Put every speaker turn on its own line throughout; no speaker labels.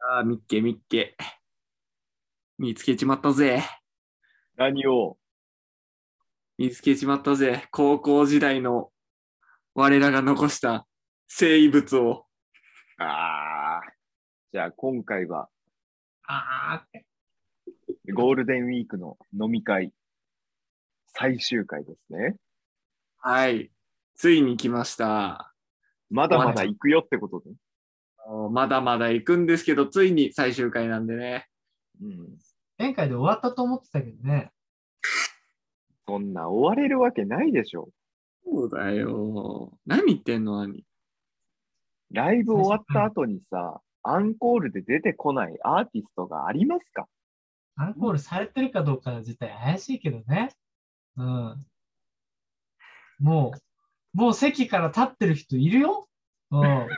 ああ、みっけみっけ。見つけちまったぜ。
何を
見つけちまったぜ。高校時代の我らが残した生物を。
ああ。じゃあ今回は
ああ、
ゴールデンウィークの飲み会最終回ですね。
はい。ついに来ました。
まだまだ行くよってことで。
あのまだまだ行くんですけど、ついに最終回なんでね。
うん。
前回で終わったと思ってたけどね。
そんな終われるわけないでしょ。
そうだよ。何言ってんの、兄。
ライブ終わった後にさ、アンコールで出てこないアーティストがありますか
アンコールされてるかどうか自体怪しいけどね。うん。もう、もう席から立ってる人いるよ。うん。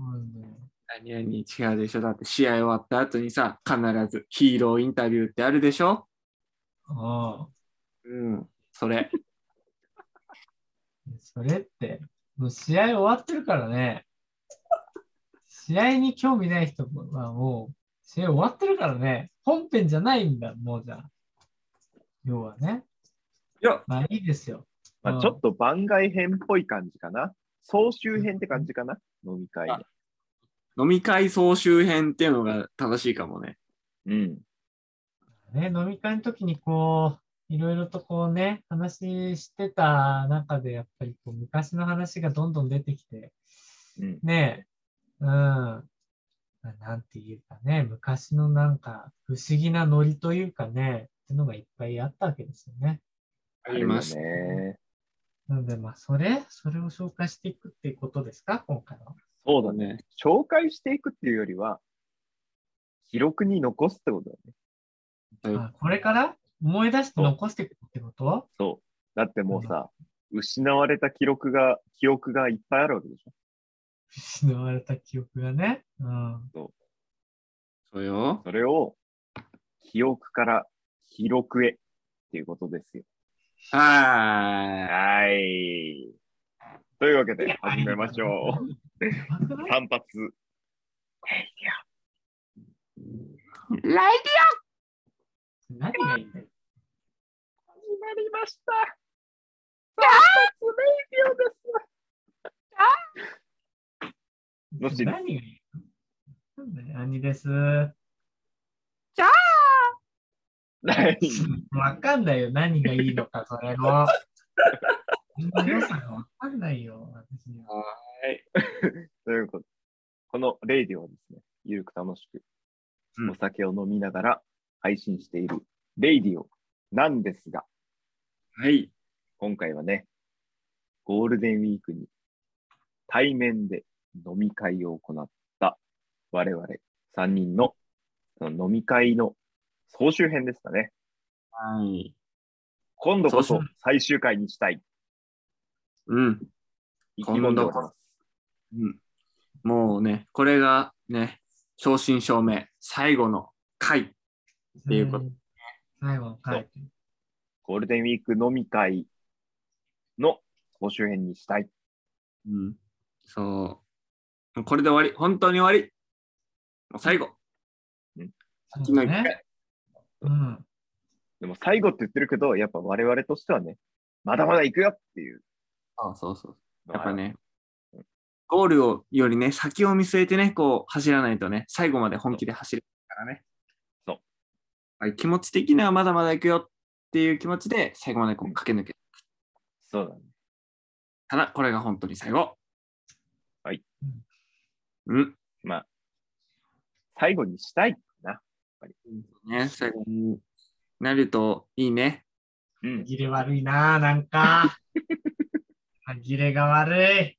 うんね
何何違うでしょ。だって試合終わった後にさ、必ずヒーローインタビューってあるでしょ。
う
うん。それ。
ん。それって、もう試合終わってるからね。試合に興味ない人はもう、試合終わってるからね。本編じゃないんだ、もうじゃあ。要はね。
いや、
まあいいですよ。
ま
う
あ、
ん
ちょっと番外編っぽい感じかな。総集編って感じかな。飲み会の。
飲み会総集編っていうのが正しいかもね。
うん。
ね、飲み会の時にこう、いろいろとこうね、話してた中で、やっぱりこう昔の話がどんどん出てきて、
うん。
ねえ、うん、まあなんていうかね、昔のなんか不思議なノリというかね、っていうのがいっぱいあったわけですよね。
ありました
あるよね。
なので、まあ、それ、それを紹介していくっていうことですか、今回は。
そうだね。紹介していくっていうよりは、記録に残すってことだね。
そうだね。
あこれから思い出して残していくってこと
そう。だってもうさ、失われた記録が、記憶がいっぱいあるわけでしょ。
失われた記憶がね。うん。
そうよ。
それを、記憶から記録へっていうことですよ。
はーい。
はい。というわけで、始めましょう。
やば くない
散髪。
ライディア
何がいいんだよ。
始まりました。のっしーです
何がいいのなんだよ兄です。わ
ない
かんないよ、何がいいのか、それも。その良さがわかんないよ、私には。
ということでこのレイディオはですね、ゆるく楽しく
うん
お酒を飲みながら配信しているレイディオなんですが、
はい。
今回はね、ゴールデンウィークに対面で飲み会を行った我々3人のその飲み会の総集編ですかね。
はい。
今度
総
こそ
集
最終回にしたい。
うん。
意気込んでおります。
うん。もうね、これがね、正真正銘、最後の回。ていうこと
ん最後の回。
ゴールデンウィーク飲み会の総集編にしたい。
うん。そう。これで終わり。本当に終わり。もう最後。
そうだね。うん。
でも最後って言ってるけど、やっぱ我々としてはね、まだまだ行くよっていう
あそうそう。
の
や
が
っ
あ
ぱ
る。
ね、ゴールをよりね、先を見据えてね、こう走らないとね、最後まで本気で走るからね。
そう
はい。気持ち的にはまだまだ行くよっていう気持ちで、最後までこ
う
うん駆け抜け
そうだね。
ただ、これが本当に最後。
はい。
うん。
最後にしたい。
ね、最後になるといいね。
うん。
切れ悪いなぁ、なんか。切れが悪い。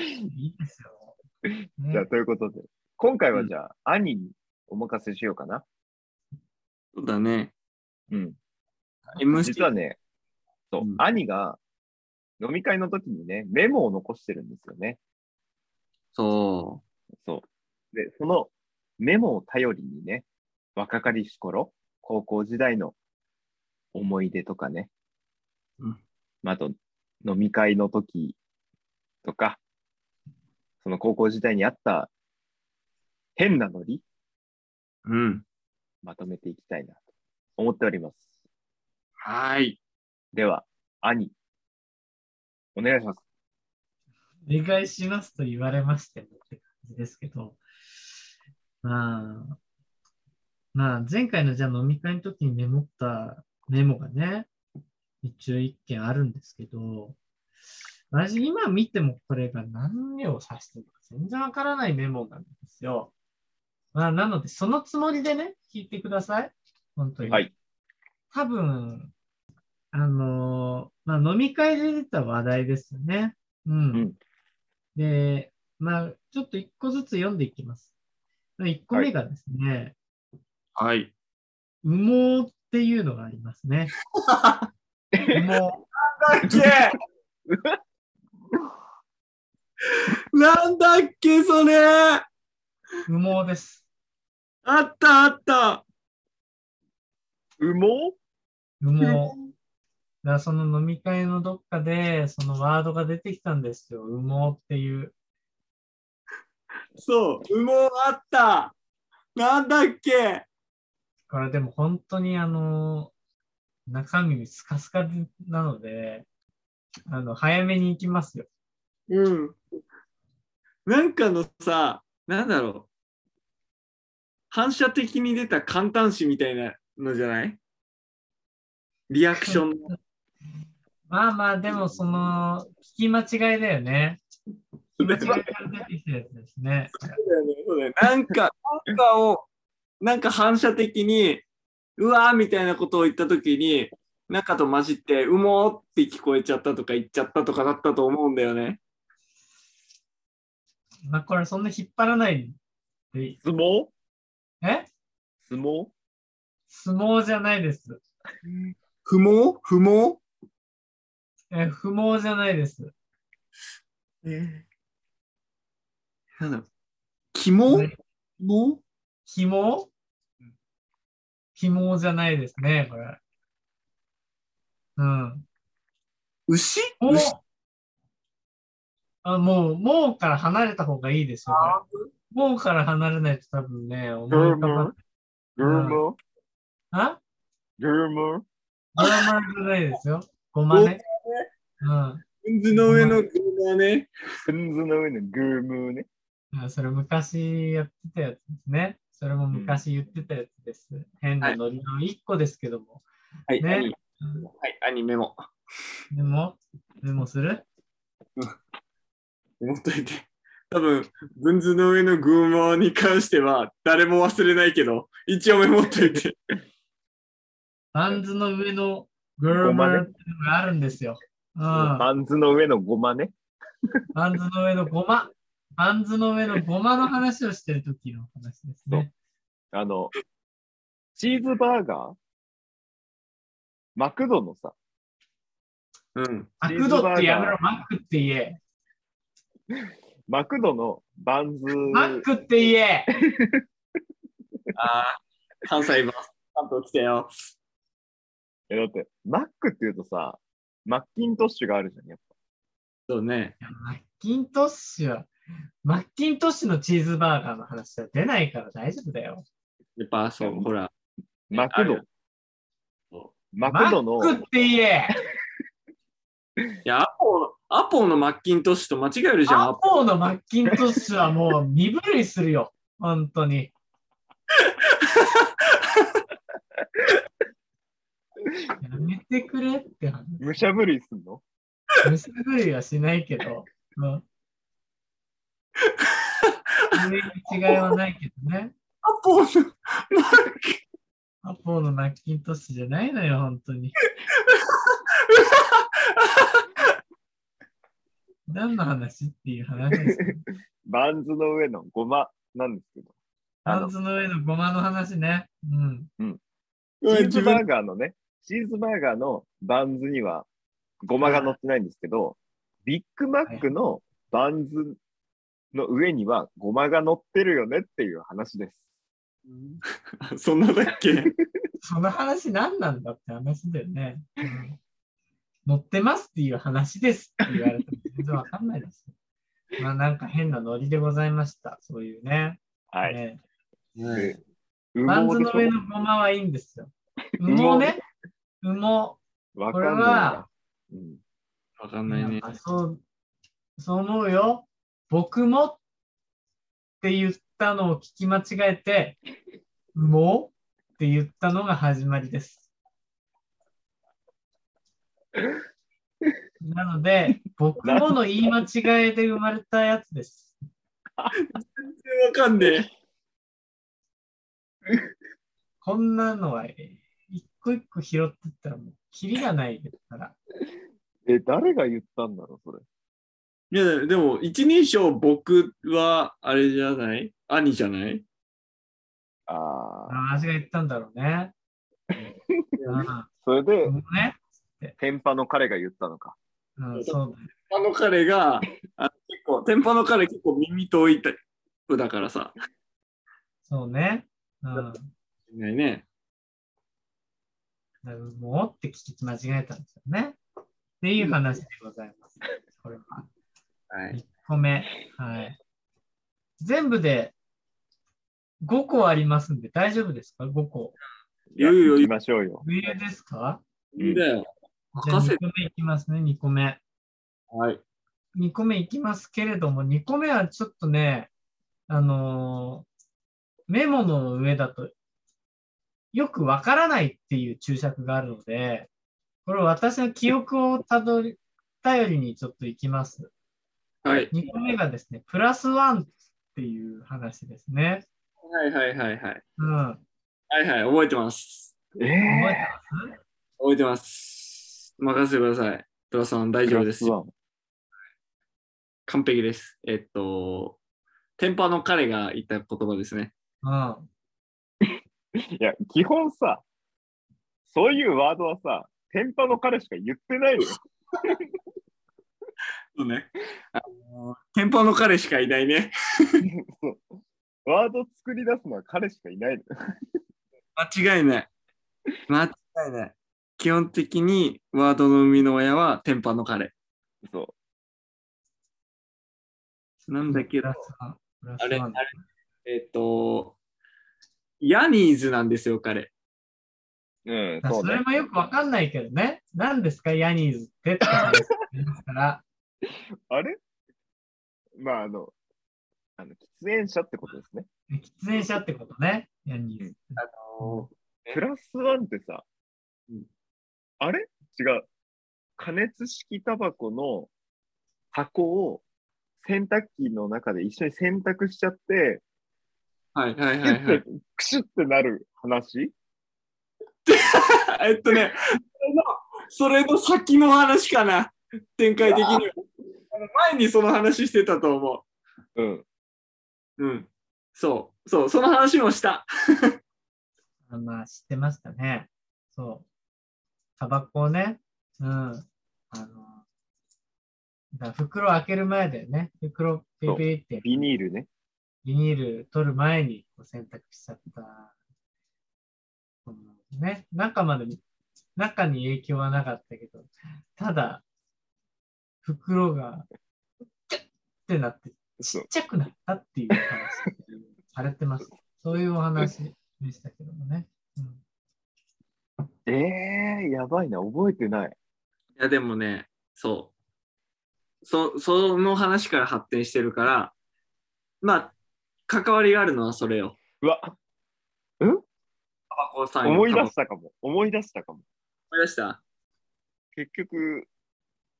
いいですよ。ね
じゃあ、ということで、今回は
うん
じゃあ、兄にお任せしようかな。
そうだね。
うん。
MC
実はね、そう、
うん
兄が飲み会の時にね、メモを残してるんですよね。
そ
そう。で、そのメモを頼りにね、若かりし頃、高校時代の思い出とかね、
うん
まああと飲み会の時とか、その高校時代にあった変なノリ、
うん。
まとめていきたいなと思っております。
はい。
では、兄、お願いします。
お願いしますと言われましてもって感じですけど、まあ、まあ、前回のじゃあ飲み会の時にメモったメモがね、一応一件あるんですけど、私今見てもこれが何を指してるか全然わからないメモなんですよ。まあ、なので、そのつもりでね、聞いてください。本当に。
はい。
多分、あのーまあ、飲み会で出た話題ですよね。うん。
うん
で、まあ、ちょっと一個ずつ読んでいきます。1個目がですね、
はい。
羽毛っていうのがありますね。羽
だっけ なんだっけそれあ
毛、羽毛です。
ったあった
羽毛
羽毛。だからその飲み会のどっかで、そのワードが出てきたんですよ。羽毛っていう。
そう、羽毛あったなんだっけ
これでも本当にあの、中身スカスカなので、あの、早めに行きますよ。
うん。なんかのさ、なんだろう。反射的に出た簡単詞みたいなのじゃないリアクションの。
まあまあ、でもその、聞き間違いだよね。聞き間違いから出てきたやつですね。
そうだよねなんか、なんかを、なんか反射的に、うわーみたいなことを言ったときに、中と混じって、うもーって聞こえちゃったとか言っちゃったとかだったと思うんだよね。
まあ、これそんな引っ張らないで、
相撲
え
相撲
相撲じゃないです。
不毛不毛
え、不毛じゃないです。
えなんだろう。肝
ね
も
ひもひもじゃないですね、これ。うん。
牛
もう
牛
あ、もう、もうから離れた方がいいですよ。これもうから離れないと多分ね、思い浮かばない。
羽
あ
毛羽毛
ドラマじゃないですよ。ごまね。うん。
うんずの上の具だね。
くんずの上のグームーね。
あそれ昔やってたやつですね。それも昔言ってたやつです。変なノリの1個ですけども。
はい、
ね
兄
うん
はい、アニメも。
メモメモする
思っといて。多分、文図の上の群馬に関しては、誰も忘れないけど、一応メモっといて。
バンズの上のグルマルっていうのがあるんですよ。うん。バ
バンズの上のごまね。
ンズの上のごま。バンズの上のごまの話をしてる時の話ですね。
あの、チーズバーガーマクドのさ、
うん。
マクドってやめろ、マックって言え。
マクドのバンズ、
マックって言え。
ああ、関西バス、関東来たよ。
えだって、マックって言うとさ、マッキントッシュがあるじゃん、やっ
そうね。
いやマッキントッシュは、マッキントッシュのチーズバーガーの話は出ないから大丈夫だよ。
やっぱそう、ほら。
ぱ。マク
あ
ド
る。そ
マクドの
マックって言え。
いや、アポ、アポのマッキントッシュと間違えるじゃん。
アポーのマッキントッシュはもう身震いす るよ。本当に。やめてくれって話。
むしゃぶりすんの
むしゃぶりはしないけど。うん。全然違いはないけどね。
アポのマッキン
アポーのマッキントッシュじゃないのよ、本当 に。何の話っていう話ですよ。
バンズの上のごまなんですけど。あ
パ
の
ン、ツの上のごまの話ね。うん。
チー
自
ズバ
分
ーガーのね、チーズバーガーのバンズにはごまが乗ってないんですけど、ビッグマックのバンズの上にはごまが乗ってるよねっていう話です。
あ そんなだっけ
その話何なんだって話だよね。うん乗ってますっていう話ですって言わ れても全然わかんないです。まあなんか変なノリでございました。そういうね。
はい。
ね
で羽
バン
毛
ズ
で
の
しょ
上のごまはいいんですよ。
羽毛
羽毛ね。羽
わ
毛。
かん
これ
ない
は
な。、うん。
わかんないね。
あそう、そう思うよ。僕もって言ったのを聞き間違えて、羽毛って言ったのが始まりです。なので、僕もの言い間違いで生まれたやつです。
わかんねえ。
こんなのは、一個一個拾ってったらもう、キリがないですから。
え、誰が言ったんだろう、それ。
いや、でも、一人称、僕は、あれじゃない兄じゃない
ああ。
あ私が言ったんだろうね。うん
それで
う、んね
天パの彼が言ったのか。
うん、そうだよ
あの彼が、あ結構、天パの彼結構耳遠いタイプだからさ。
そうね。うん。
いないね。
だからもうって聞き間違えたんですよね。っていう話でございます。これは。
はい。
1個目。はい。全部で5個ありますんで大丈夫ですか ?5 個。
言うよ
行きましょうよ。
余裕ですか
いいんだよ。
じゃあ
任せ
2個目いきますね、2個目。
はい。
2個目いきますけれども、2個目はちょっとね、あのーメモの上だとよくわからないっていう注釈があるので、これ私の記憶をたどり、頼りにちょっといきます。
はい。
2個目がですね、プラスワンっていう話ですね。
はいはいはいはい。
うん。
はいはい、覚えてます。
え
覚え
え
て
覚えてます。任せてください。トラさん、大
ー。
丈夫です
プ。ラスワン
完璧です。えっと、天パの彼が言った言葉ですね。
ますうん。
いや、基本さ、そういうワードはさ、天パの彼しか言ってないのよ。
そうね。あの天パの彼しかいないね。
そうワード作り出すのは彼しかいないのよ。
間違いない。間違いない。基本的にワードの生みの親は天パの彼。
そう。
なんだけ
プ
ど
ラ、スワン。プラ
あ
ス
れ、
ワ
あれ
ン。、
えっと、ヤニーズなんですよ、彼。
うん、
だから
そう
そ
ね
れ。もよくわかんないけどね。何ですか、ヤニーズってって話ですから。
あれまあ、あの、あの喫煙者ってことですね。
喫煙者ってことね。ヤニーズ。
プラスワンってさ
うん、
あれ違う。加熱式タバコの箱を洗濯機の中で一緒に洗濯しちゃって、
はいはい
キ
は
ュ
い、は
ッ
い
て。、クシュッてなる話
えっとね、それの、それの先の話かな、展開的には。あの前にその話してたと思
うん。
う。うん。そう、そう、その話もした。
あまあ、知ってましたね。そう。タバコをね。うん。あの、だから袋開ける前だよね。袋ピピピって
ビニールね。
ビニール取る前にこう洗濯しちゃった。うんね、中まで、中に影響はなかったけど、ただ、袋が、キャッってなって、ち
そ
っ
う。
ちゃくなったっていう話され てます。そういうお話でしたけどもね。うん
ええー、やばいな、覚えてない。
いや、でもね、そう。そその話から発展してるから、まあ、関わりがあるのはそれよ。
うわ、
タバコさんよ
思い出
タバ
し
コ
たかも。思い出したかも。
思い出した
結局、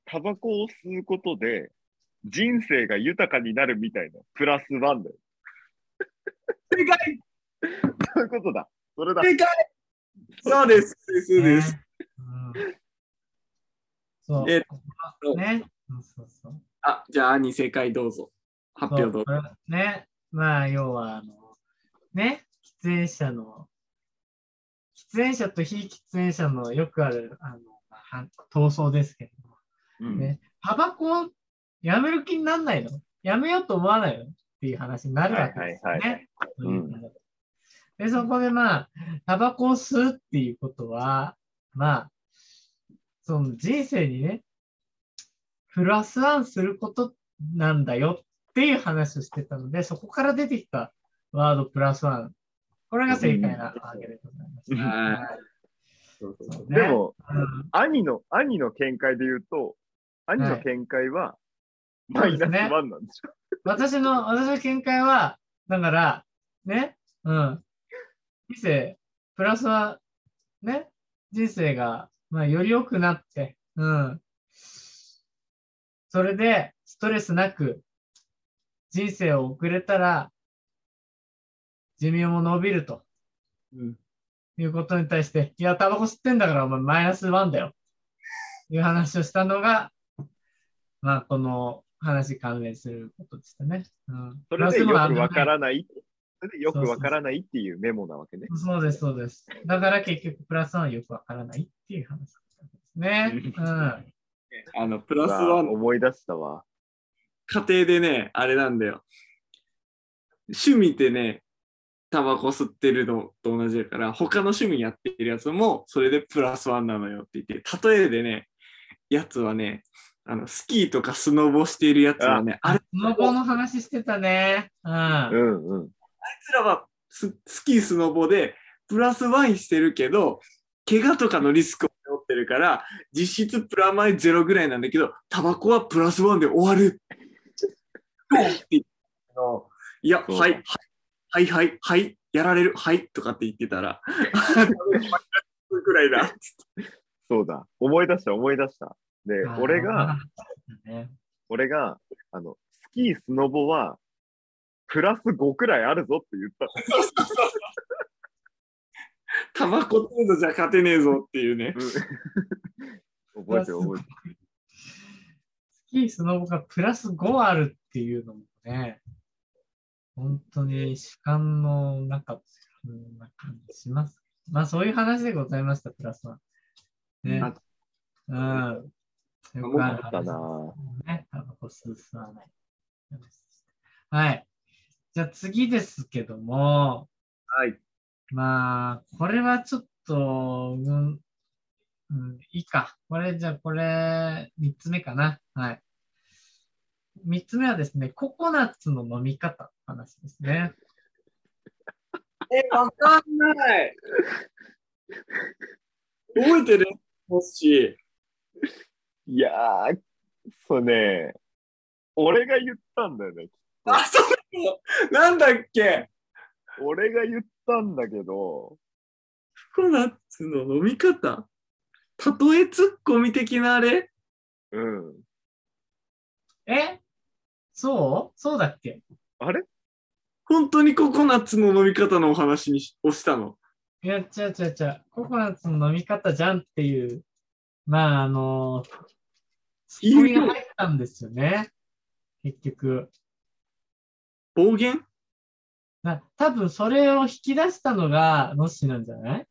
タバコを吸うことで、人生が豊かになるみたいな、プラスワンだよ。
正解
そういうことだ。それだ。
正解そうです。そうです。
ねうんそう。
えっ
ね。うんそうそう。
あ、じゃあ、兄、正解どうぞ。発表どうぞ。
そうこれね、まあ、要は、あの、ね、喫煙者の、喫煙者と非喫煙者のよくある、あの、まあは闘争ですけども、
うん
ね、タバコをやめる気にならないのやめようと思わないのっていう話になるわけですよ
はいはいは
ね。そういう
うん
で、そこでまあ、タバコを吸うっていうことは、まあ、その人生にね、プラスワンすることなんだよっていう話をしてたので、そこから出てきたワードプラスワン。これが正解なわけでございます。
うん
はい
そうそう
そうね
でも、
うん
兄の、兄の見解で言うと、兄の見解は、マイナス1なんでしょ。
私の、私の見解は、だから、ね、うん。人生、プラスは、ね、人生が、まあ、より良くなって、うん。それで、ストレスなく、人生を送れたら、寿命も伸びると
うん
いうことに対して、いや、タバコ吸ってんだから、お前マイナスワンだよ。いう話をしたのが、まあ、この話に関連することでしたね。うん、
それでよくわか
い。
らない。それでよくわからないっていうメモなわけね。
そうです、そうです。だから結局、プラスワンはよくわからないっていう話ですね。うん。
あのプ
プ
ラスワン
思い出したわ。
家庭でね、あれなんだよ。趣味でね、タバコ吸ってるのと同じだから、他の趣味やってるやつも、それでプラスワンなのよって言って、例えでね、やつはね、あのスキーとかスノボしているやつはね、あれ、あい
スノボの話してたね。うん。
うんうん。
つらはススキー、スノボでプラスワンしてるけど、怪我とかのリスクを背負ってるから、実質プラマイゼロぐらいなんだけど、タバコはプラスワンで終わる。どうって言ったのいや、
そう
はい、はい、はい、はい、はい、やられる、はい、とかって言ってたら、ぐらいだ。
そうだ。思い出した、思い出した。で、俺が、、
ね、
俺が、あの、スキー、スノボは、プラス5くらいあるぞって言 った。
タバコ程度じゃ勝てねえぞっていうね。
うん、覚えてる覚えてる。
スキー、スノボがプラス5あるっていうのもね、本当に主観の中、うんな感じします。まあそういう話でございました、プラスワン。ね。
あ
うん。よくある話ですね。タバコ吸う吸わない。はい。じゃあ次ですけども、
はい。
まあ、これはちょっと、うん、うん、いいか。これ、じゃあこれ、三つ目かな。はい。三つ目はですね、ココナッツの飲み方の話ですね。
え、わかんない。覚えてるもし。
いやー、そうね、俺が言ったんだよね。
あ、そうなのなんだっけ
俺が言ったんだけど、
ココナッツの飲み方例えツッコミ的なあれ
うん。
えそうそうだっけ
あれ
本当にココナッツの飲み方のお話にしをしたの。
いや、違う違う違う。ココナッツの飲み方じゃんっていう、まあ、あの、ツッコミが入ったんですよね。結局。
暴言
な多分それを引き出したのがノッシーなんじゃない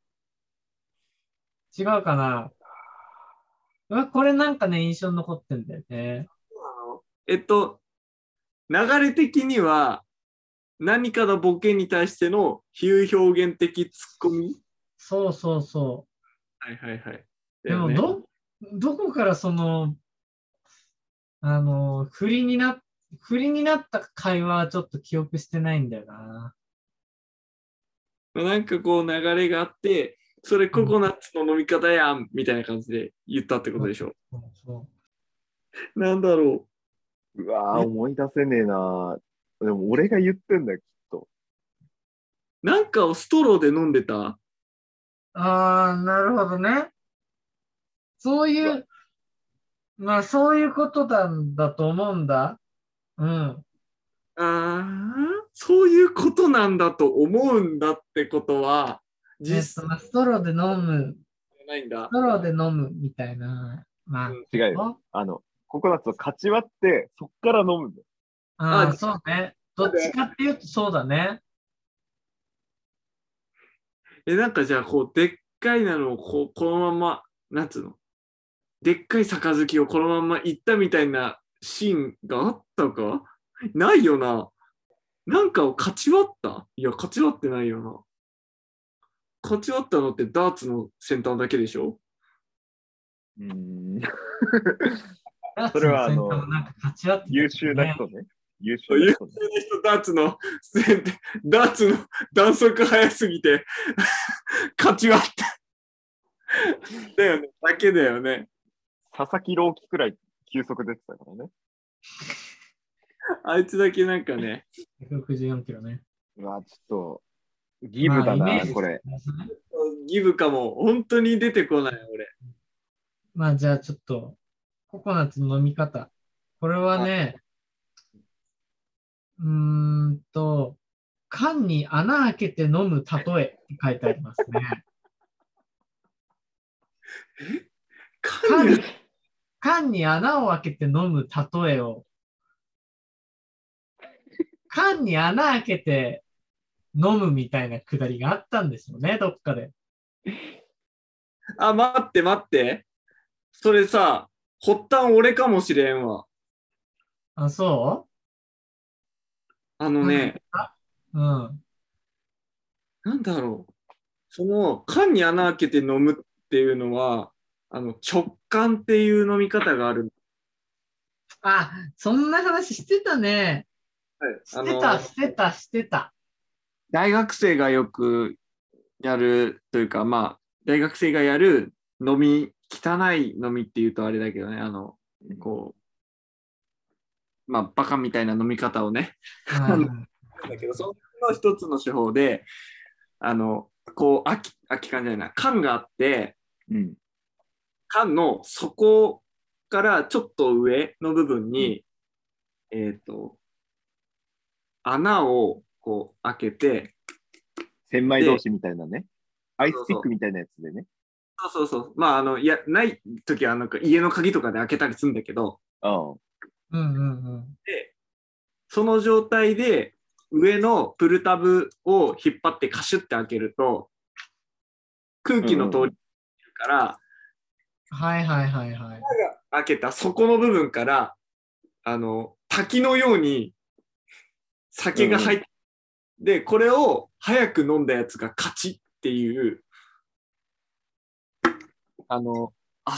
違うかなうわこれなんかね、印象に残ってんだよね。
えっと、流れ的には何かのボケに対しての比喩表現的ツッコミ
そうそうそ
はいはいはい。
う。でも、ど、どこからその、あの、振りにな、振りになった会話はちょっと記憶してないんだよな。
まあなんかこう流れがあって、それココナッツの飲み方やんみたいな感じで言ったってことでしょ。
そうそう。
なんだろ
うわー、思い出せねえなー。でも俺が言ってんだよ。
う。なんかをストローで飲んでた
ああ、なるほどね。そういう、まあそういうことなんだと思うんだ。うん。
ああ、そういうことなんだと思うんだってことは、
えっ
実際
とまあストローで飲む、
じゃないんだ
ス。トローで飲むみたいな。ま
違うよ。
あ、
あの、ココナッツをかち割って、そっから飲むんだよ。
ああ
あ
そうね。どっちかっていうとそうだね。
え、なんかじゃあ、こう、でっかいなのをこうこのまま、なんつうのでっかい杯をこのまま行ったみたいなシーンがあったかないよな。なんかを勝ち割ったいや、勝ち割ってないよな。勝ち割ったのってダーツの先端だけでしょ
うーん。それはあの
なんか勝ち合ってたよね
優秀な人ね。優秀な人ね
ダーツの、ダーツの弾速速すぎて、勝ち割った。だよね、だけだよね。
佐々木朗希くらい球速出てたからね。
あいつだけなんかね、
164キロね。
うわ、ちょっと、ギブだな、
まあイメージ
これ。
ギブかも、本当に出てこない、俺。
まあじゃあちょっと、ココナッツの飲み方。これはね、うーんと、缶に穴開けて飲む例えって書いてありますね。
か
缶
な
に
り、
缶に穴を開けて飲む例えを。缶に穴開けて飲むみたいなくだりがあったんですよね、どっかで。
あ、待って待って。それさ、発端俺かもしれんわ。
あ、そ
あのね、
ううん。
なんだろう。その、缶に穴開けて飲むっていうのは、あの、直感っていう飲み方がある。
あ、そんな話してたね。
はい
し
あ
て
の
た、してた、してた。
大学生がよくやるというか、まあ、大学生がやる飲み、汚い飲みっていうとあれだけどね、あの、こう、まあ、バカみたいな飲み方をね、
うん
だけど、その一つの手法で、あの、こう、空き、空き缶じゃないな、缶があって、
うん。
缶の底からちょっと上の部分に、えっ、と、穴をこう開けて、
千枚同士みたいなね。アイスピックみたいなやつでね。
そうそうそう。まあ、あの、いや、ない時は、なんか家の鍵とかで開けたりするんだけど、
あ
うんうんうん。
その状態で、上のプルタブを引っ張ってカシュって開けると、空気の通りから、
はいはいはいはい。
開けた底の部分から、あの、滝のように酒が入って、で、これを早く飲んだやつが勝ちっていう、あの、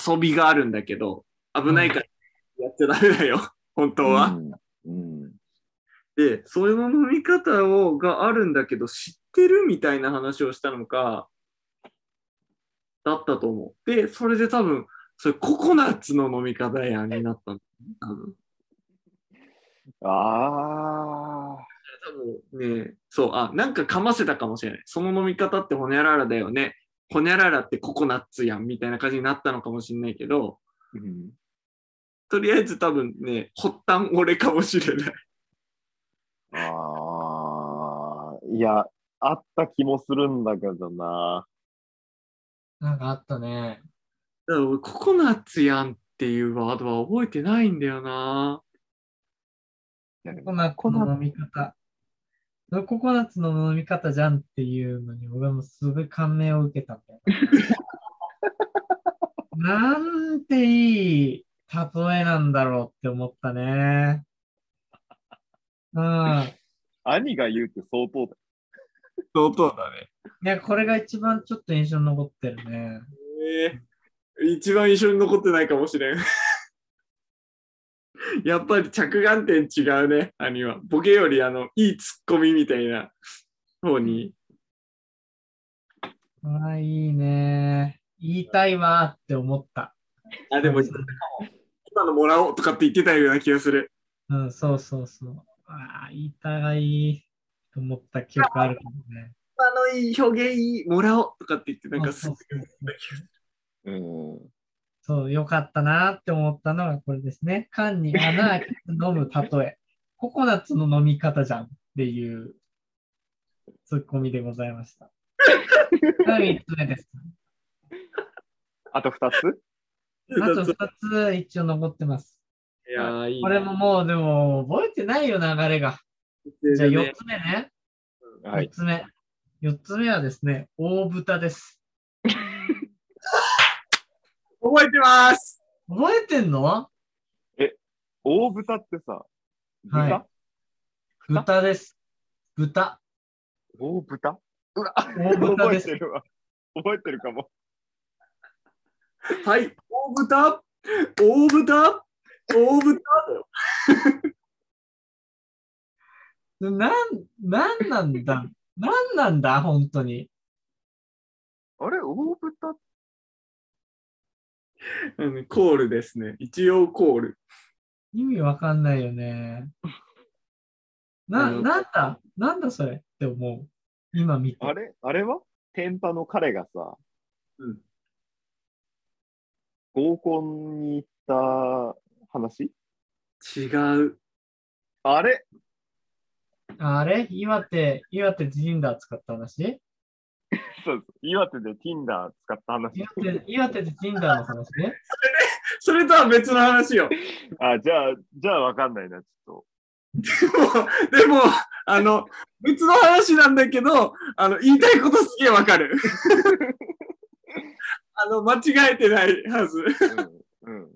遊びがあるんだけど、危ないからやっちゃダメだよ、本当は。
あ。うん。うん
で、その飲み方をがあるんだけど、知ってるみたいな話をしたのか、だったと思う。で、それで多分、それココナッツの飲み方やになったの。多分
ああ。
多分ね、そう、あ、なんかかませたかもしれない。その飲み方ってほにゃららだよね。ほにゃららってココナッツやんみたいな感じになったのかもしれないけど、
うん
とりあえず多分ね、発端俺かもしれ ない。
ああ。いや、あった気もするんだけどな。
なんかあったね。
だから俺ココナッツやんっていうワードは覚えてないんだよな。
ココナッツの飲み方。そのココナッツの飲み方じゃんっていうのに、俺もすごい感銘を受けたんだよ な。なんていい例えなんだろうって思ったね。うん。
兄が言うって相当だよ
相当だね。
いや、これが一番ちょっと印象に残ってるね。
えー一番印象に残ってないかもしれん。 やっぱり着眼点違うね、兄は。ボケよりあのいいツッコミみたいな方に。
ああ、いいね。言いたいわーって思った。
あ、でも今のもらおうとかって言ってたような気がする。
うん、そうそうそう。ああ、言いたがいいと思った記憶あるけどね。
今のいい表現いい、もらおうとかって言ってなんかす
そ
ご
う
い
そうそう
うん。
そう、よかったなって思ったのがこれですね。缶に穴開けて飲む例え。ココナッツの飲み方じゃんっていうツッコミでございました。が3つ目 です。
あと二つ
あと2つ一応残ってます。
いやーいいな。
これももうでも覚えてないよ、流れが。じゃあ4つ目ね。
は
4
い。
つ目。4つ目はですね、大豚です。
覚えてます。
覚えてんの
大豚ってさ、豚、
はい豚です。豚。
大豚うわ、
大豚
覚
で
え
す
てるわ。覚えてるかも。
はい、大豚、大豚、大豚だよ。
なん、なんなんだなんなんだ本当に。
あれ大豚って
うんコールですね。一応コール。
意味わかんないよね。な、
うん
なんだなんだそれって思う。今見て。
あれあれは天パの彼がさ、
うん
合コンに行った話
違う。
あれ
あれ岩手、岩手ジンダー使った話
そうです岩手で Tinder 使った話。
岩手、岩手でジンダーの話ね。
それとは別の話よ。
あ、じゃあ、じゃあわかんないな、ちょっ
でも、でもあの、別の話なんだけど、あの、言いたいことすげえわかる。あの、間違えてないはず。
と。うん。 うん、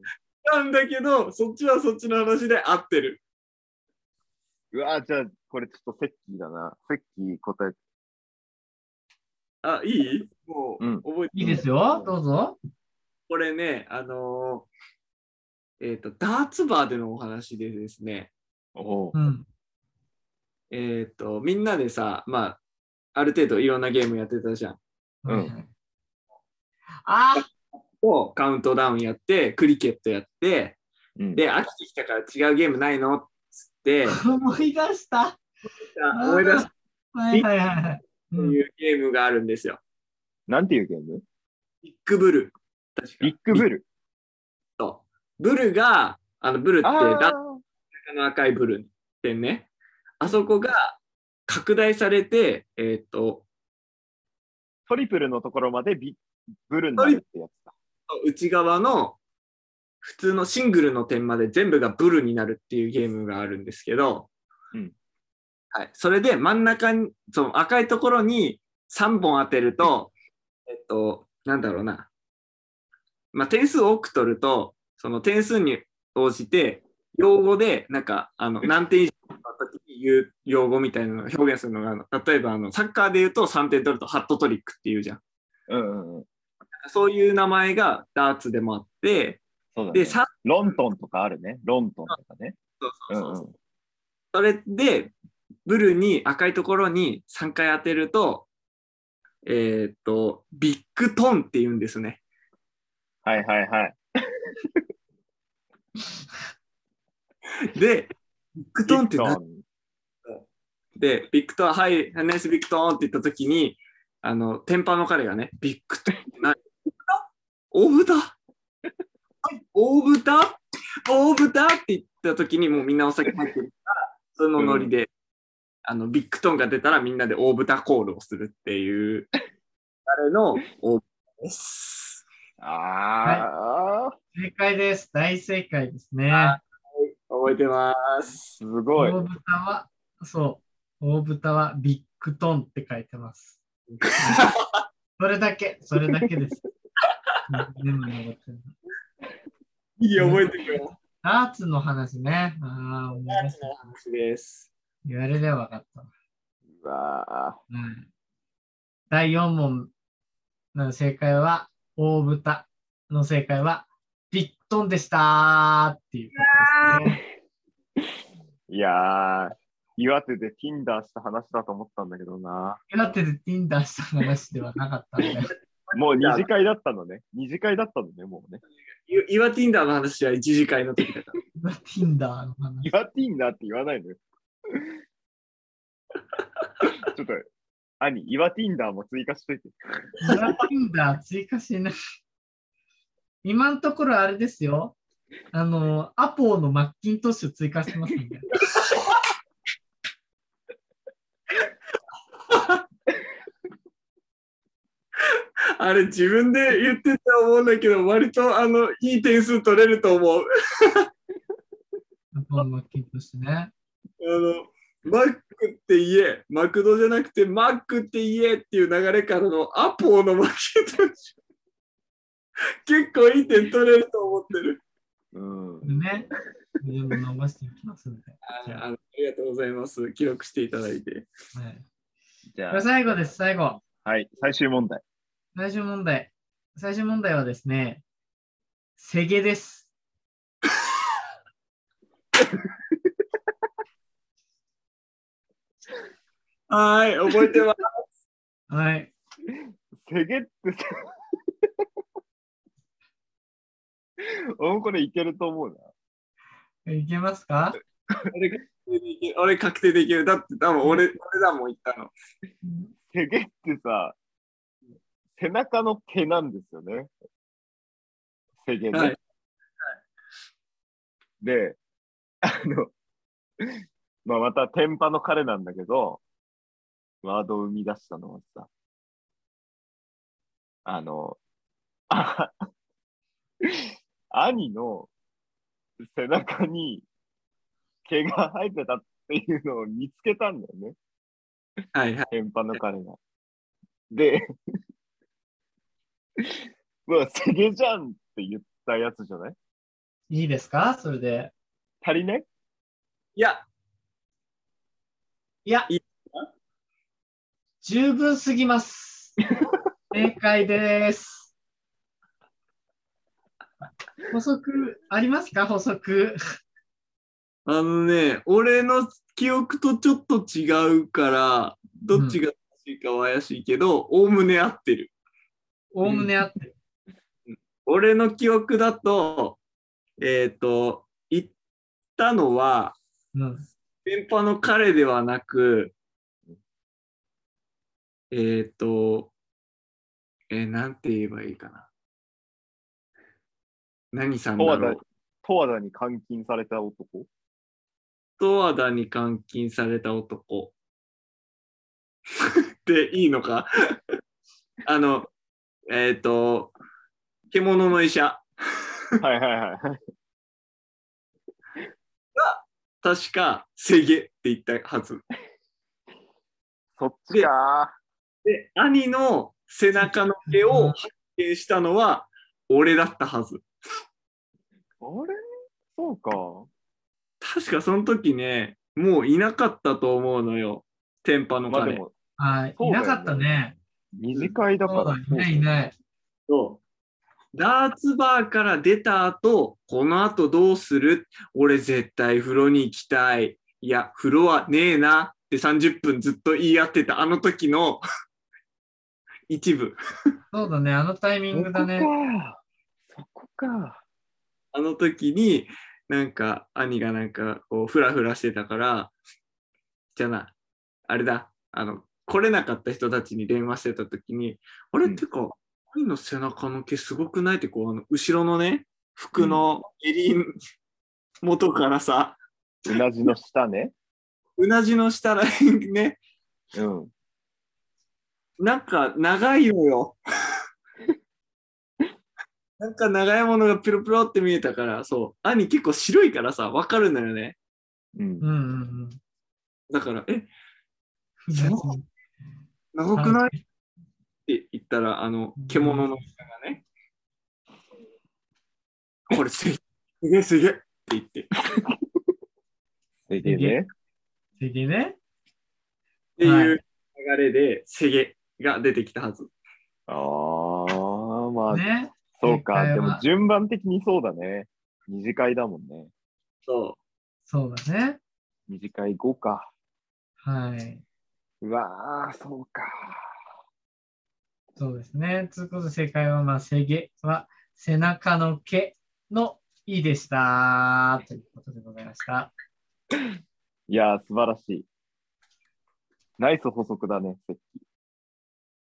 なんだけど、そっちはそっちの話で合ってる。
うわ、じゃあ、これちょっとセッキーだな。セッキー答え。
あ、いいもう、
うん
覚えて
いいですよ。どうぞ。
これね、あのーえっ、と、ダーツバーでのお話でですね、
おう
うん。
えっ、と、みんなでさ、まあ、ある程度いろんなゲームやってたじゃん。
うん
あ
をカウントダウンやって、クリケットやって、
うん、
で、飽きてきたから違うゲームないのっつって、
思い出した。
思い出すっ
はいはいはいはい。
て
うん
いうゲームがあるんですよ。
なんていうゲーム
ビッグブル。確か
ビッグブル。
と。ブルが、あのブルって
あ
ダ
あ
ン中の赤いブルってね、あそこが拡大されて、えっ、と、
トリプルのところまでビブルになるってやつだ。
内側の普通のシングルの点まで全部がブルになるっていうゲームがあるんですけど、
うん
はい、それで真ん中にその赤いところに3本当てると、えっと、なんだろうな、まあ、点数多く取るとその点数に応じて用語でなんかあの何点以上取った時に言う用語みたいなのを表現するのがあの例えばあのサッカーで言うと3点取るとハットトリックっていうじゃん。
うんうんうん。
そういう名前がダーツでもあって、
そうだね
で、。さ
ロントンとかあるね。ロントンとかね。
そう
う
そうそうん
うん。
それで、ブルに赤いところに3回当てると、えーっと、ビッグトンって言うんですね。
はいはいはい。
で、ビッグトンってなっ
ビッ
て、ビッグトン、はい、ナイスビッグトンって言ったときに、あの、天パの彼がね、ビッグトンって何大豚大豚はい大豚大豚って言ったときに、もうみんなお酒入ってるから、そのノリで、あの、ビッグトンが出たらみんなで大豚コールをするっていう、あれの大豚です。
トンああ、
正解です。大正解ですね。
は覚えてます。
すごい
大。豚は、そう、大豚はビッグトンって書いて ます。それだけ、それだけです。でも残ってる
いいよ、覚えてるよ。
ダーツの話ね。ああ、思い出した。
話です。
言われれば分かったわ。
うわあ、
うん、第4問の正解は、大豚の正解は、ビッグトンでしたーっていうことですね。
いやー、岩手で Tinder した話だと思ったんだけどな。
だってで Tinder した話ではなかったんで。
もう二次会だったのね。二次会だったのね、もうね。
ゆ岩ティンダーの話は一次会の時だから。
今 Tinder の話。
岩 Tinder って言わないのよ。 ちょっと、兄、岩 Tinder も追加しといて。
今 Tinder 追加しない。今のところあれですよ。あの、アポーのマッキントッシュ追加してますんで。
あれ自分で言ってたと思うんだけど、割とあのいい点数取れると思う。
アポーのマッキントッシュね。
あのマックって言え、マクドじゃなくてマックって言えっていう流れからのアポーのマーケット結構いい点取れると思ってる。
うん。
ね。全部伸ばしていきますんで。
あのありがとうございます。記録していただいて。
はい
じ
こ
ゃ
れ最後です、最後。
あ、はい、最終問題。
最終問題。最終問題はですね、セゲです。
はーい、覚えてます。
はい。
セゲッテさん。 俺もこれいけると思う
いけますか
俺確定でいける俺確定できる。だって多分俺、俺だもん言ったの。
な。セゲってさ、背中の毛なんですよね。セゲね。
はい
で、あの、まあ、また天パの彼なんだけど、ワードを生み出したのはさ、あの、あ兄の背中に毛が生えてたっていうのを見つけたんだよね。
はいはい。
天パの彼が。で、 うわ、セゲじゃんって言ったやつじゃない
いいですかそれで。
足りない
いや、
いや
いい、
十分すぎます。正解です。補足ありますか補足。
あのね、俺の記憶とちょっと違うから、どっちが正しいかは怪しいけど、おおむね合ってる。
おおむねあってる。
俺の記憶だと、えっ、と、行ったのは、
うん。
電波の彼ではなく、えっ、と、えーなんて言えばいいかな。何さんだ
十和
ろ
田
う。、
十和田に監禁された男。
十和田に監禁された男。 で、いいのか あの、えっ、と、獣の医者。
はいはいはい。
確か、セゲって言ったはず。
そっちか
で、兄の背中の毛を発見したのは、俺だったはず。
ー。あれそうか。
確かその時ね、もういなかったと思うのよ。天パの
まあで
彼。
も、
はい。
そ
いう
だよね
なかったね。
二次会だから。
そうだいないい
そう
ない。
そうダーツバーから出た後、この後どうする俺絶対風呂に行きたい。いや、風呂はねえなって30分ずっと言い合ってたあの時の 一部。
そうだね。あのタイミングだね。
そこか。
あの時に、なんか、兄がなんか、こう、ふらふらしてたから、じゃあな、あれだ、あの、来れなかった人たちに電話してた時に、あれ、
うん
てか、兄の背中の毛すごくないって、こう、あの、後ろのね、服の襟元からさ、
うなじの下ね。
うなじの下らへんね、
うん。
なんか長いのよ。 なんか長いものがピロピロって見えたから、そう、兄結構白いからさ、わかるのよね。
うん
う。んうん
だから、え、
うん。
そう長く ないって言ったら、あの、獣の人がね、これすげえ、すげえ、すげえって言って。っ
ででね。
次ね。
ていう流れで、せげが出てきたはず。
ああ、まあ、
ね。
そう
正解
か。で
は
も順番的にそうだね。二次会だもんね。
そ
そうだね。
二次会後か。
はい。
うわあ、そうか。
そうですね。ということで正解は、まあ、せげは背中の毛のいでした。ということでございました。
いやー、素晴らしい。ナイス補足だね。
う。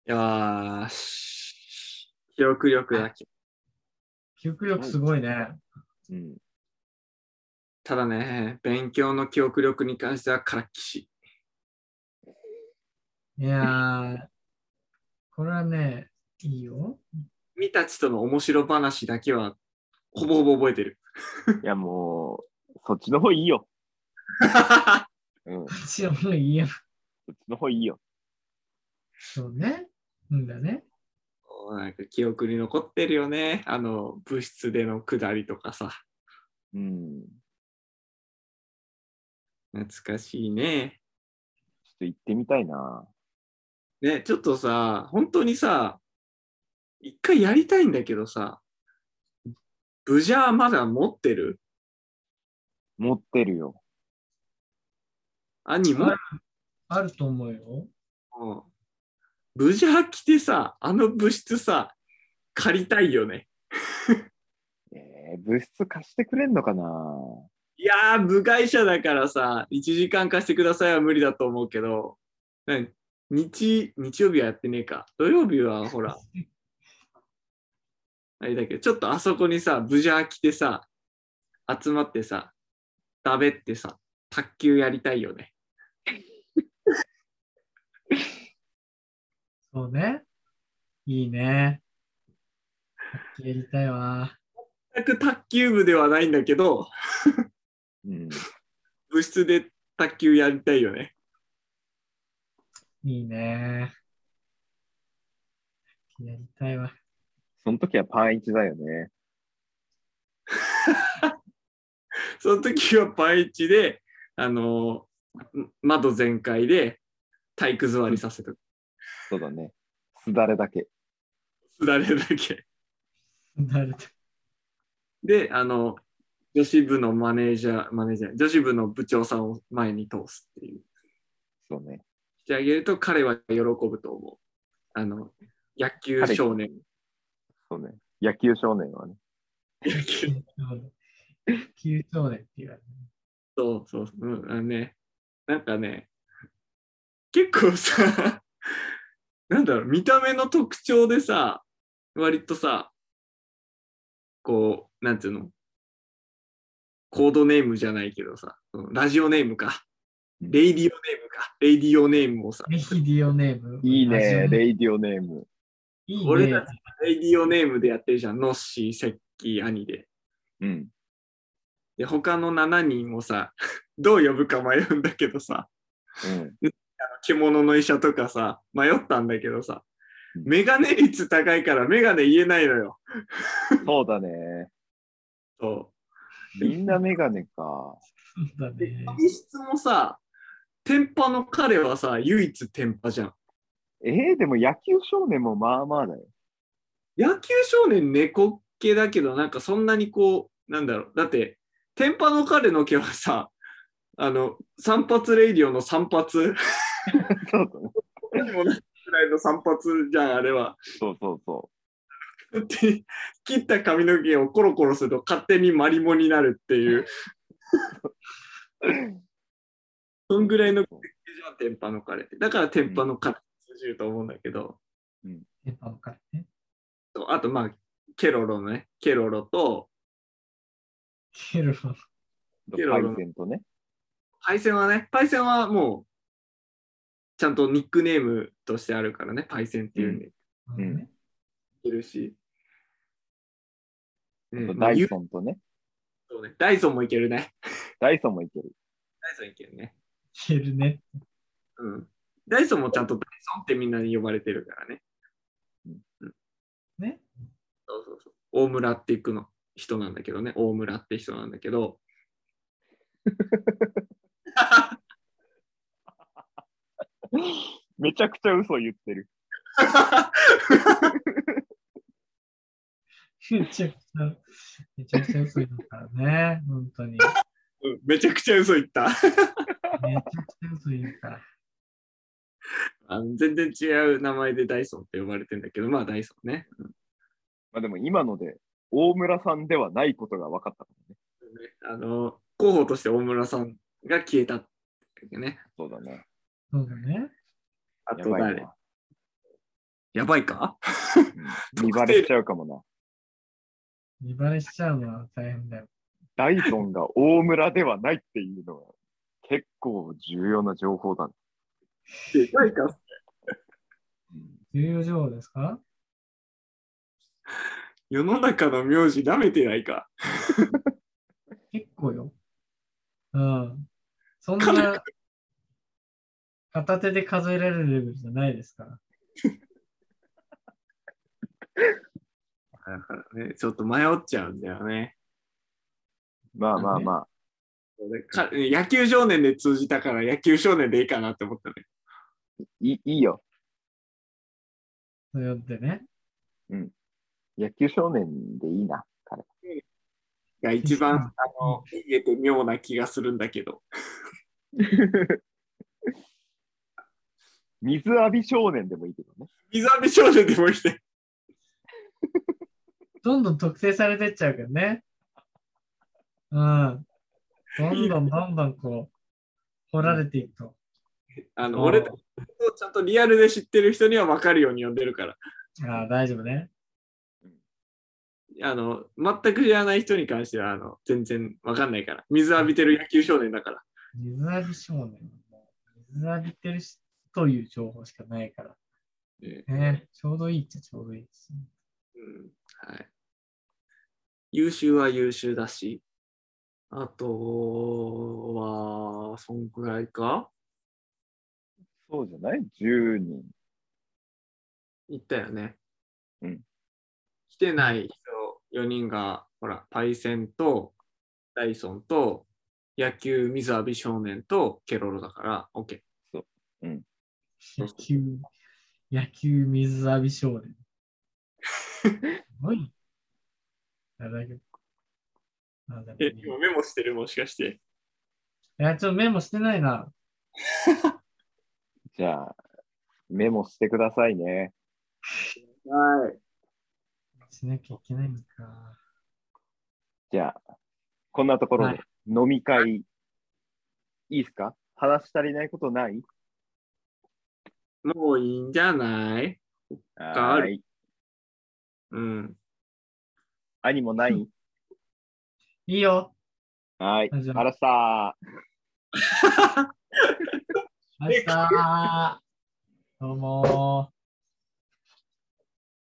よーし。記憶力だけ。
記憶力すごいね。
うん。
ただね、勉強の記憶力に関してはからっきし。
いやー、これはね、いいよ。
みたちとの面白話だけは、ほぼほぼ覚えてる。
いや、もう、そっちの方いいよ。うん。そっ
一応もういいよ。
ちの方いいよ。
そうね。うんだね。
なんか記憶に残ってるよね。あの、部室でのくだりとかさ。
うん。ちょ
懐かしいね。
っと行ってみたいな。
ね、ちょっとさ、本当にさ、一回やりたいんだけどさ、ブジャーまだ持ってる
持ってるよ。
兄も
ああると思うよ。
うんブジャー着てさ、あの物質さ、借りたいよね。
えー、物質貸してくれんのかない
やー、部外者だからさ、1時間貸してくださいは無理だと思うけど、なん日日曜日はやってねえか。土曜日はほら、あれだけど、ちょっとあそこにさ、ブジャー着てさ、集まってさ、食べってさ、卓球やりたいよね。
そうね。いいね。やりたいわ。
全く卓球部ではないんだけど、
うん。
部室で卓球やりたいよね。
いいね。やりたいわ。
その時はパンイチだよね。
その時はパイチで、あのー窓全開で体育座りさせて
そうだね。すだれだけ。
すだれるだけ。
なる
で、あの、女子部のマネージャー、マネージャー、女子部の部長さんを前に通すっていう。
そうね。
してあげると彼は喜ぶと思う。あの、野球少年。
そうね。野球少年はね。
野球
急少年って言われる。
そうそう、うん、あのね、なんかね、結構さ、 なんだろう、見た目の特徴でさ、割とさ、こう、なんていうの、コードネームじゃないけどさ、そのラジオネームか、レイディオネームか、レイディオネームをさ、
レヒディオネーム。
いい
ラジオネ
ね。
ーム
レイディオネーム。
いいね。
俺たちレイディオネームでやってるじゃん、ノッシー、セッキー、兄で。
うん。
で、他の7人をさ、 どう呼ぶか迷うんだけどさ、
うん。
獣の医者とかさ、迷ったんだけどさ
うん、
メガネ率高いからメガネ言えないのよ。
そうだね。
そう
みんなメガネか。
そうだ
で
ね。
髪質もさ、テンパの彼はさ、唯一テンパじゃん。
えー、でも野球少年もまあまあだよ。
野球少年猫っ毛だけど、なんかそんなにこう、なんだろう。だって、テンパの彼の毛はさ、あの、散髪レイディオの散髪
そうだね。
どうにもなってないの散髪じゃん、あれは。
そうそうそ
だって切った髪の毛をコロコロすると勝手にマリモになるっていう、そんぐらいの
う。
じゃん、テンパの彼って。だからテンパの彼に通じると思うんだけど、
やっぱ分かるね。
とあとまあ、ケロロのね、ケロロと、
ケロロ。
パイセンとね。
パイセンはね、パイセンはもう、ちゃんとニックネームとしてあるからね、パイセンっていうね、
うん。
いるし。うん、まあ
ダイ
言う
ソンとね。
とね、ダイソンもいけるね。
ダイソンもいける。
ダイソンいけるね。
ケるね。
うん。ダイソンもちゃんとダイソンってみんなに呼ばれてるからね。
うん
うん。
ね。
そうそうそう。大村っていくの人なんだけどね、大村って人なんだけ ど。
めちゃくちゃ嘘言ってる。
めちゃくちゃ、めちゃくちゃ嘘言うからね。本当に。めち
うんめちゃくちゃ嘘言った。
ゃくちゃ嘘言うから。
あの全然違う名前でダイソンって呼ばれてんだけど、まあダイソンね。うん
まあでも今ので、大村さんではないことが分かったもんね。
あの、候補として大村さんが消えたってね。
そうだね。
そうだね。
あ
や
と
ばい
誰
な。
やばいか
見バレしちゃうかもな。
見バレしちゃうのは大変だよ。
ダイソンが大村ではないっていうのは結構重要な情報だね。
やばいか
重要情報ですか
世の中の名字舐めてないか
結構よ。うん。そん
か
な片手で数えられるレベルじゃないですから。
だからね、ちょっと迷っちゃうんだよね。
まあまあまあ、
俺か野球少年で通じたから野球少年でいいかなって思ったね。
いいいよ。
そうやってね。
野球少年でいいな。彼
が一番
うん
あの言えて妙な気がするんだけど。
水浴び少年でもいいけどね。
水浴び少年でもいいして。
どんどん特定されてっちゃうけどね。うん。どんどんどんどんこう、掘られていくと。
あ
うん
の、俺たちをちゃんとリアルで知ってる人には分かるように呼んでるから。
ああ、大丈夫ね。
あの、全く知らない人に関しては、あの、全然分かんないから。水浴びてる野球少年だから。
水浴び少年。もう水浴びてるしという情報しかないから。
え
ね、ちょうどいいっちゃちょうどいいですね。
うんはい。優秀は優秀だし、あとは、そんくらいか
そうじゃない ?10 人。
言ったよね。
うん。
来てない人4人が、ほら、パイセンと、ダイソンと、野球水浴び少年と、ケロロだから、OK。
野球、野球水浴び少年。すごい。あだけどあでもいいい
メモしてるもしかして。
や、ちょっとメモしてないな。
じゃあ、メモしてくださいね。
はい。
しなきゃいけないのか。
じゃあ、こんなところ
は
で飲み会、い、いっすか話し足りないことない
もういいんじゃないある
はい。
うん。
兄もない、
いいよ。
はい。
大丈夫
あらさー。
明日どうもー。